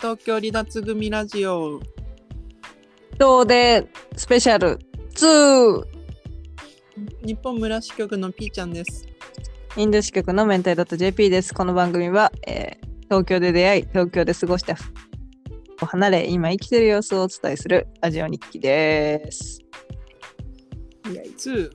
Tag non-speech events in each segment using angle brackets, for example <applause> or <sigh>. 東京離脱組ラジオ今日でスペシャル2日本村支局のピーちゃんですインド支局の明太だと JP です。この番組は、えー東京で出会い、東京で過ごしたふを離れ、今生きてる様子をお伝えするラジオ日記です。 2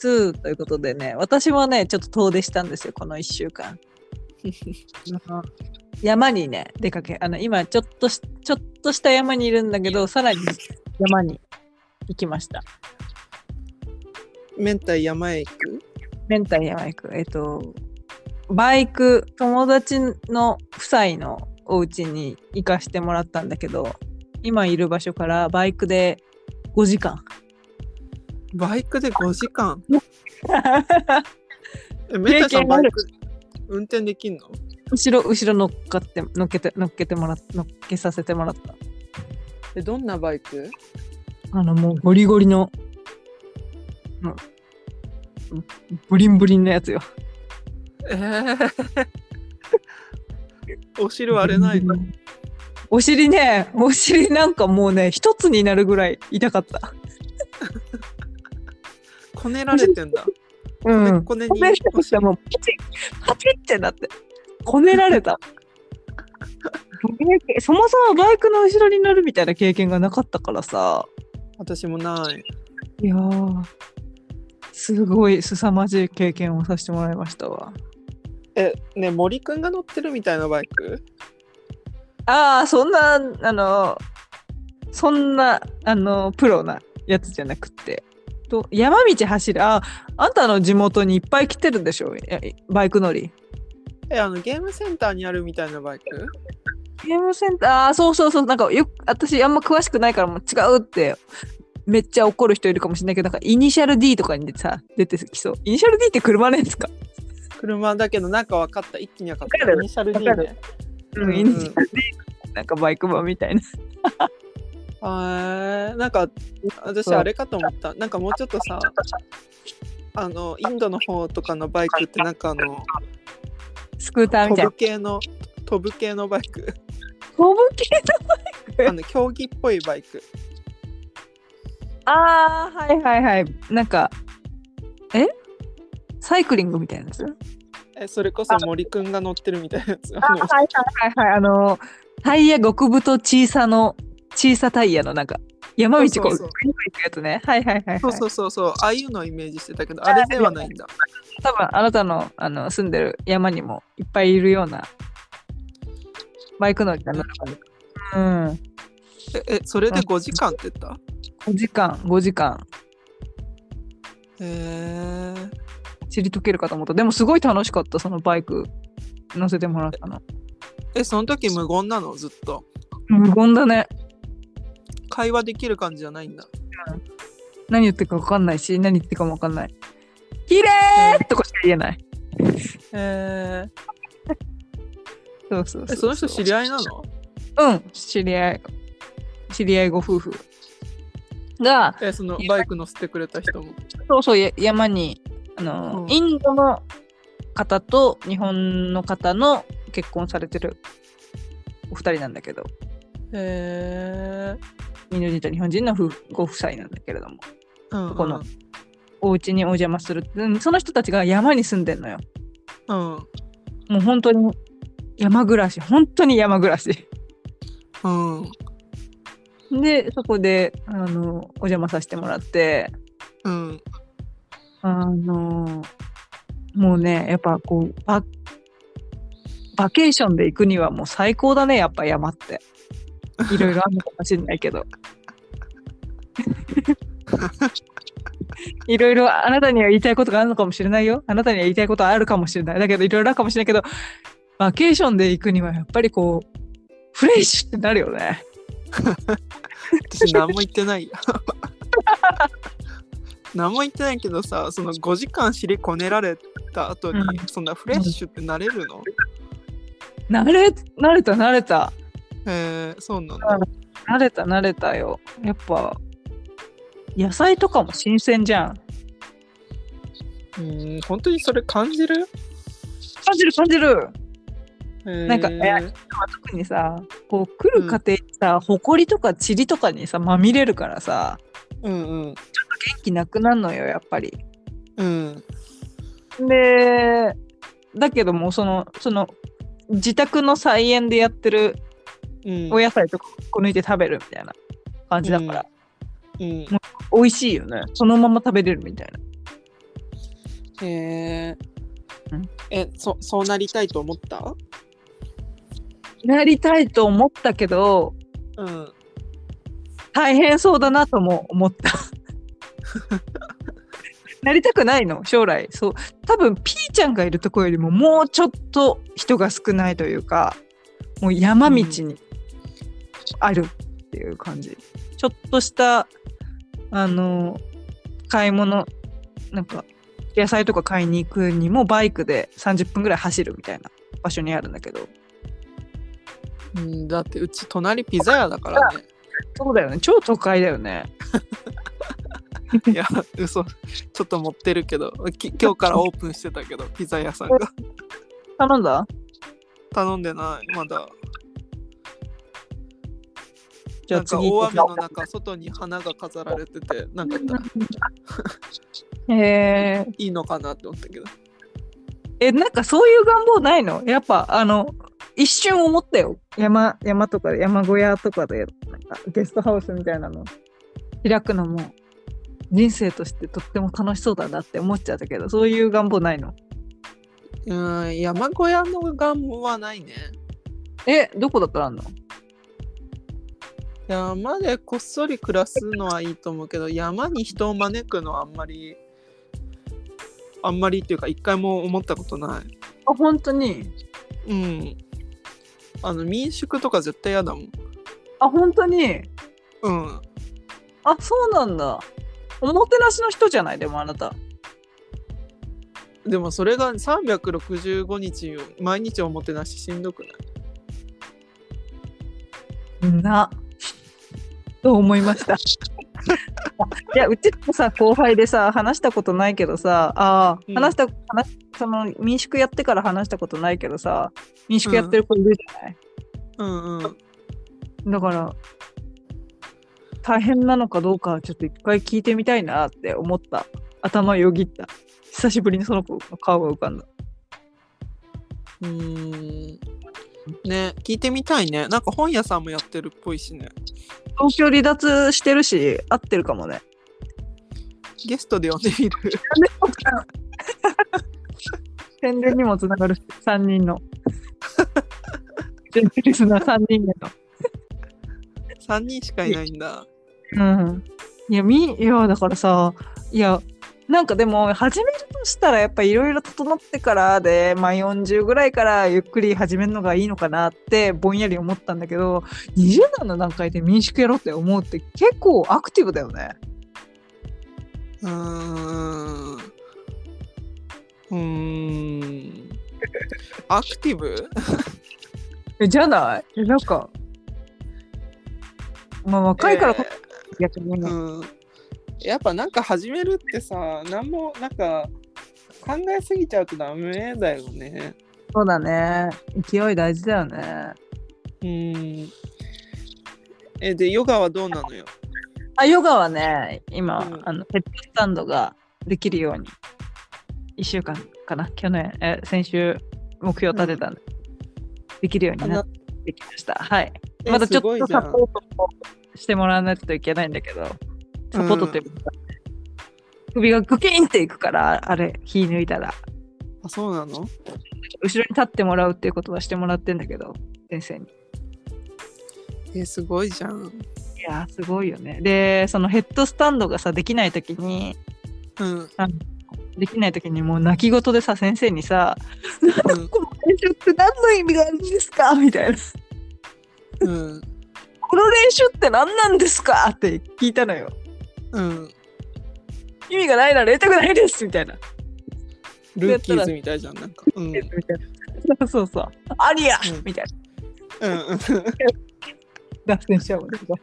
2ということでね、私はね、ちょっと遠出したんですよ、この1週間。 <laughs> あの山にね、出かけ、あの、今ちょっとし、ちょっとした山にいるんだけど、さらに山に行きました。明太山へ行くメンタルやバイク。えっと、バイク、友達の夫妻のお家に行かしてもらったんだけど、今いる場所からバイクで5時間。 <laughs> バイクで5時間え明太さん経験あバるイク運転できんの後ろ、後ろ乗っかって、乗っけて、乗っけてもらっ乗っけさせてもらった。えどんなバイクあの、もうゴリゴリの、もうブリンブリンのやつよ。えー、お汁割れないのお尻ね、お尻なんかもうね、一つになるぐらい痛かった。こねられてんだうん。こねここねねらにれたもうパチッパチッってなってこねられた <laughs> そもそもバイクの後ろに乗るみたいな経験がなかったからさ私もないいやーすごい凄まじい経験をさせてもらいましたわえね森くんが乗ってるみたいなバイクああそんなあのそんなあのプロなやつじゃなくってと山道走るあーあんたの地元にいっぱい来てるでしょえバイク乗りえあのゲームセンターにあるみたいなバイクゲームセンター、ああー、そうそうそう、なんかよく、私あんま詳しくないからもう違うって、めっちゃ怒る人いるかもしれないけど、なんかイニシャル D とかにさ、出てきそう。イニシャル D って車のやつか。車だけどなんか分かった一気に分かっわかたるイニシャル D わかねるうん、イニシャル D。なんかバイク版みたいな。へえなんか私そうあれかと思ったなんかもうちょっとさあのインドの方とかのバイクってなんかあのスクーターみた飛いなぶ。系の飛ぶ系のバイ <laughs> ク飛ぶ系えあの競技っぽいバイクああ、はいはいはい。なんか、えサイクリングみたいなやつえそれこそ森くんが乗ってるみたいなやつああのはいはいはいはい。あの、タイヤ極太小さの、小さタイヤのなんか、山道こう、そうグそうそうイグイ行くやつね。はいはいはい、はい。そうそうそうそうああいうのをイメージしてたけどあれではないんだ多分あなたのあの住んでる山にもいっぱいいるようなバイク乗りだな。うん。ええそれで5時間って言った5時間、5時間、へえ知り解けるかと思った。でもすごい楽しかった、そのバイク乗せてもらったの。えその時無言なのずっと無言だね。会話できる感じじゃないんだ何言ってるか分かんないし、何言ってるかも分かんない。綺麗とかしか言えない。へそうそうえうその人知り合いなのうん、知り合い。知り合いご夫婦が、えそのバイク乗せてくれた人もそうそうや山にあの、うんインドの方と日本の方の結婚されてるお二人なんだけどへえインド人と日本人の夫婦ご夫妻なんだけれどもうんうんこのお家にお邪魔するうんその人たちが山に住んでんのようんもう本当に山暮らし本当に山暮らしうんでそこであのお邪魔させてもらってうんあのもうねやっぱこうババケーションで行くにはもう最高だねやっぱ山っていろいろあるのかもしれないけど <laughs> いろいろあなたには言いたいことがあるのかもしれないよあなたには言いたいことはあるかもしれないだけどいろいろあるかもしれないけどバケーションで行くにはやっぱりこうフレッシュってなるよね私何も言ってないや <laughs> 何も言ってないけどさその5時間尻こねられた後に、うそんなフレッシュってなれるの、慣れ慣れた慣れたへえそうなんだ、慣れた慣れたよやっぱ野菜とかも新鮮じゃんうん本当にそれ感じる感じる感じるへーなんかえ特にさこう来る過程にさ、埃とか塵とかにさまみれるからさうんうん元気なくなるのよやっぱり。うんでだけどもそのその自宅の菜園でやってるうんお野菜とかこ抜いて食べるみたいな感じだから、うん美味しいよねそのまま食べれるみたいなへえうん。え、そ、そうなりたいと思った。なりたいと思ったけどうん。大変そうだなとも思った <laughs> なりたくないの将来そう多分ピーちゃんがいるとこよりももうちょっと人が少ないというかもう山道にあるっていう感じ、ちょっとしたあの買い物なんか野菜とか買いに行くにもバイクで30分ぐらい走るみたいな場所にあるんだけどうん、だって、うち隣ピザ屋だからね。そうだよね超都会だよねいや、嘘。ちょっと持ってるけど、き、今日からオープンしてたけど、ピザ屋さんが。頼んだ頼んでない、まだ。じなゃあんか次大行こう雨の中、外に花が飾られてて、なんかた <laughs> へえいいのかなって思ったけど。えなんかそういう願望ないのやっぱあの一瞬思ったよ山山とかで山小屋とかでなんかゲストハウスみたいなの開くのも人生としてとっても楽しそうだなって思っちゃったけどそういう願望ないのうん、山小屋の願望はないね。えどこだったらあんの山でこっそり暮らすのはいいと思うけど山に人を招くのはあんまりあんまりっていうか一回も思ったことないあ本当にうんあの民宿とか絶対嫌だもんあ本当にうんあそうなんだおもてなしの人じゃないでもあなたでもそれが365日毎日おもてなししんどくないなと思いました。いやうちのさ後輩でさ話したことないけどさあー、うん話した話その民宿やってから話したことないけどさ民宿やってる子いるじゃない、うんうんだから大変なのかどうかちょっと一回聞いてみたいなって思った頭よぎった久しぶりにその子の顔が浮かんだうーんね聞いてみたいねなんか本屋さんもやってるっぽいしね東京離脱してるし合ってるか <laughs> もねゲストで呼んでみる <laughs> 宣伝にもつながるし3 <laughs> 人の全然リスナー3人目3人しかいないんだのうんいやみいやだからさいやなんかでも始めるとしたらやっぱいろいろ整ってからでまあ40ぐらいからゆっくり始めるのがいいのかなってぼんやり思ったんだけど20代の段階で民宿やろうって思うって結構アクティブだよねうーん。うーん。アクティブえじゃないえなんかまあ若いからこえそ逆にね、ーうん。やっぱなんか始めるってさ、なんもなんか考えすぎちゃうとダメだよね。そうだね勢い大事だよねうん。え、で、ヨガはどうなのよ。あヨガはね今、うんあのペットスタンドができるように1週間かな去年え先週目標立てたんで、できるようになってきましたはいえまだちすょごっいとじゃサんポートもしてもらわないといけないんだけどサポートって、うか首がグキーンっていくからあれ火抜いたらあ、そうなの後ろに立ってもらうっていうことはしてもらってんだけど先生にえ、すごいじゃん。いやーすごいよねでそのヘッドスタンドがさできない時にうん。うんできない時にもう泣き言でさ先生にさ「この練習って何の意味があるんですか?」みたいな「うん。この練習って何なんですか?」って聞いたのようん。 「意味がないならやりたくないです」みたいなルーキーズみたいじゃん。なんか。うん。うん。うんみたいなそうそう「ありやうんみたいうんな脱線しちゃうんだけど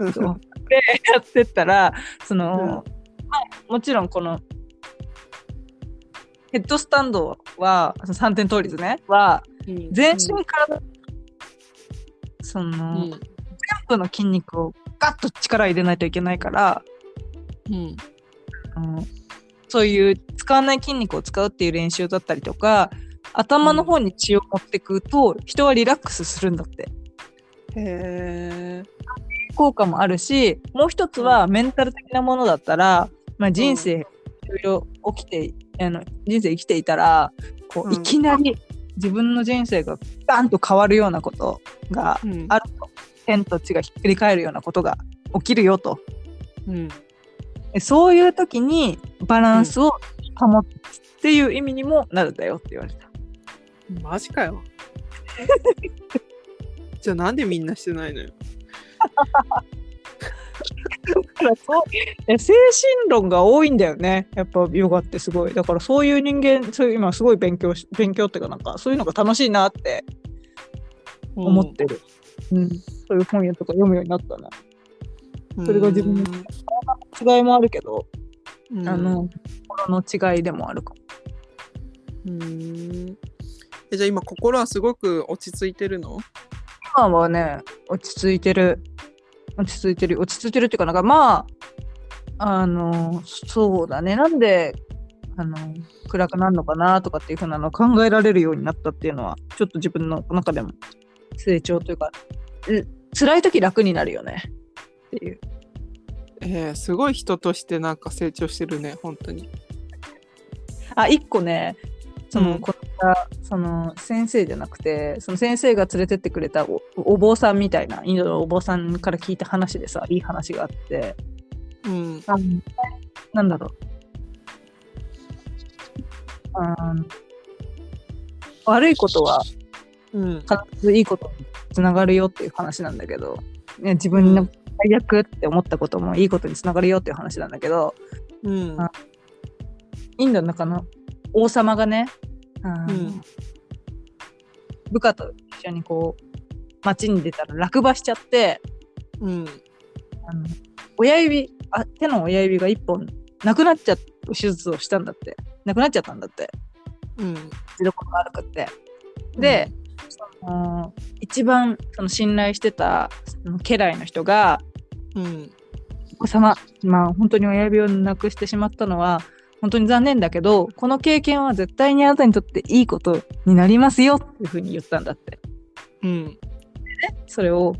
うんそうでやってったらその、まあもちろんこのヘッドスタンドはその3点倒立ねはうん全身からその、うんジャンプの筋肉をガッと力入れないといけないから、うんあのそういう使わない筋肉を使うっていう練習だったりとか頭の方に血を持ってくと人はリラックスするんだってへえ効果もあるしもう一つはメンタル的なものだったら、まあ、人生いろいろ起きてあの人生生きていたらこうんういきなり自分の人生がガンと変わるようなことがうんあると天と地がひっくり返るようなことが起きるよとうんでそういう時にバランスを保つっていう意味にもなるんだよって言われた。マジかよじゃあなんでみんなしてないのよだからそうえ精神論が多いんだよねやっぱヨガってすごいだからそういう人間そういう今すごい勉強し勉強っていうかなんかそういうのが楽しいなって思ってる、うんそういう本やとか読むようになったねうんそれが自分の違いもあるけど、うんあの心の違いでもあるかもうんえじゃあ今心はすごく落ち着いてるの今はね落ち着いてる落ち着いてる落ち着いてるっていうかなんかまああのそうだねなんであの暗くなるのかなとかっていうふうなのを考えられるようになったっていうのはちょっと自分の中でも成長というかうん辛い時楽になるよねっていうえー、すごい人としてなんか成長してるね本当にあ一個ねその、うんこの間その先生じゃなくてその先生が連れてってくれたおお坊さんみたいなインドのお坊さんから聞いた話でさいい話があって。うんあのなんだろう。あの悪いことはうん必ずいいことにつながるよっていう話なんだけど、ね、自分の最悪って思ったこともいいことにつながるよっていう話なんだけどうんあインドの中の王様がね、あのうん部下と一緒にこう街に出たら落馬しちゃってうんあの親指あ手の親指が1本なくなっちゃう手術をしたんだってなくなっちゃったんだって。うん出どころ悪くって。で、その一番その信頼してたその家来の人がうん「お子様、まあ、本当に親指をなくしてしまったのは本当に残念だけどこの経験は絶対にあなたにとっていいことになりますよ」っていうふうに言ったんだって。うんそれを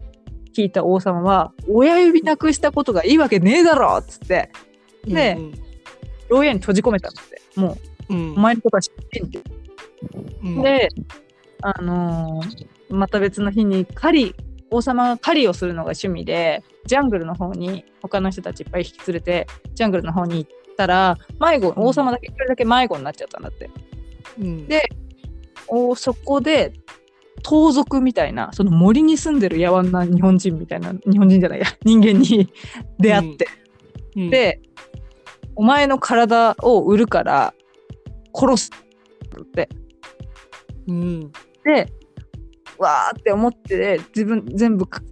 聞いた王様は「親指なくしたことがいいわけねえだろ!」っつってで牢屋に閉じ込めたんだって。もううんお前のことは知ってんってうんで、あのーまた別の日に狩り王様が狩りをするのが趣味でジャングルの方に他の人たちいっぱい引き連れてジャングルの方に行ったら迷子王様だけ一人だけ迷子になっちゃったんだってうんでおそこで盗賊みたいなその森に住んでる野蛮な日本人みたいな日本人じゃないや人間に出会って、うんでお前の体を売るから殺すってうんでわーって思って自分全部く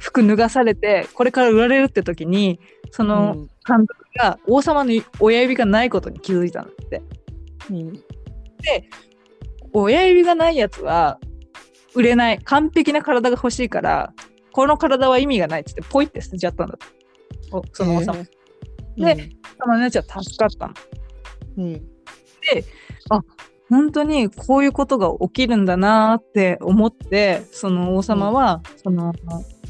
服脱がされてこれから売られるって時にそうのん監督が王様の親指がないことに気づいたんだってうん親指がないやつは売れない完璧な体が欲しいからこの体は意味がないっつってポイって捨てちゃったんだっておその王様、でその姉ちゃん助かったのうん本当にこういうことが起きるんだなーって思ってその王様は、その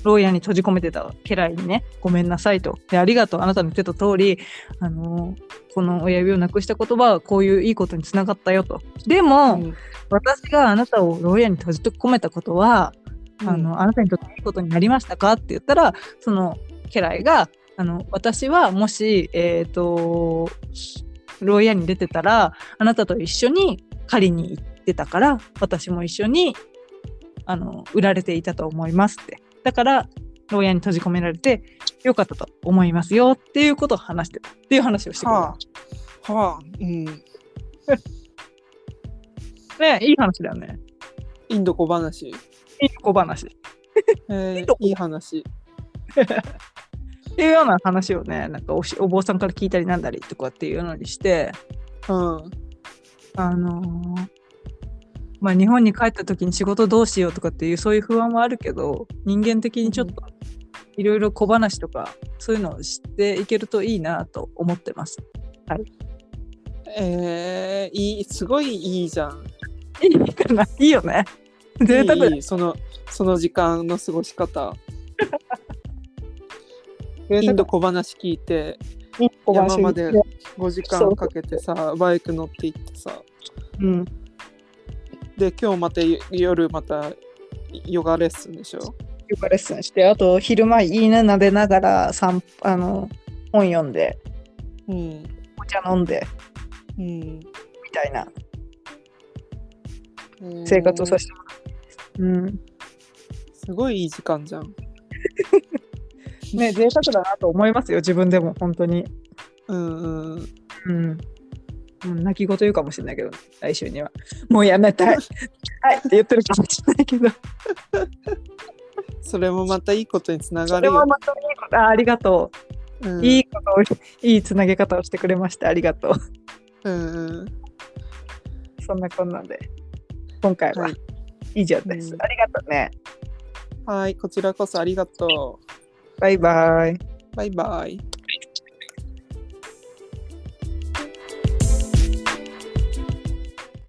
牢屋に閉じ込めてた家来にねごめんなさいとでありがとうあなたの言ってた通りあのこの親指をなくした言葉はこういういいことにつながったよとでも、うん私があなたを牢屋に閉じ込めたことは、うんあのあなたにとっていいことになりましたかって言ったらその家来があの私はもしえっ、と牢屋に出てたらあなたと一緒に狩りに行ってたから私も一緒にあの売られていたと思いますってだから牢屋に閉じ込められてよかったと思いますよっていうことを話してたっていう話をしてくれはあはあうんた、ねいい話だよねインド小話いい小話えーインド小いい話っていうような話をねなんかおしお坊さんから聞いたりなんだりとかっていうのにしてうんあのーまあ、日本に帰った時に仕事どうしようとかっていうそういう不安はあるけど人間的にちょっといろいろ小話とかそういうのを知っていけるといいなと思ってます。えー、いいすごいいいじゃんいいか <laughs> ないいよね。い贅沢だいいいそのその時間の過ごし方贅沢小話聞いて山まで5時間かけてさバイク乗って行ってさうん、で今日また夜またヨガレッスンでしょヨガレッスンしてあと昼間犬撫でながら散歩あの本読んでうんお茶飲んでうんみたいな生活をさせてもらってます。うんすごいいい時間じゃんね、贅沢だなと思いますよ、自分でも、本当に。うんうんうん。うん、泣き言言うかもしれないけど、来週には。もうやめたい。はいって言ってるかもしれない <laughs> けど。それもまたいいことにつながそるれはよ、またいいこと。あありがとうう。ん、いいことを、いいつなげ方をしてくれました。ありがとう。 <laughs> うんうんそんなこんなんで、今回ははい以上です。うんありがとうね。はいこちらこそありがとバイバイ。うバイバイ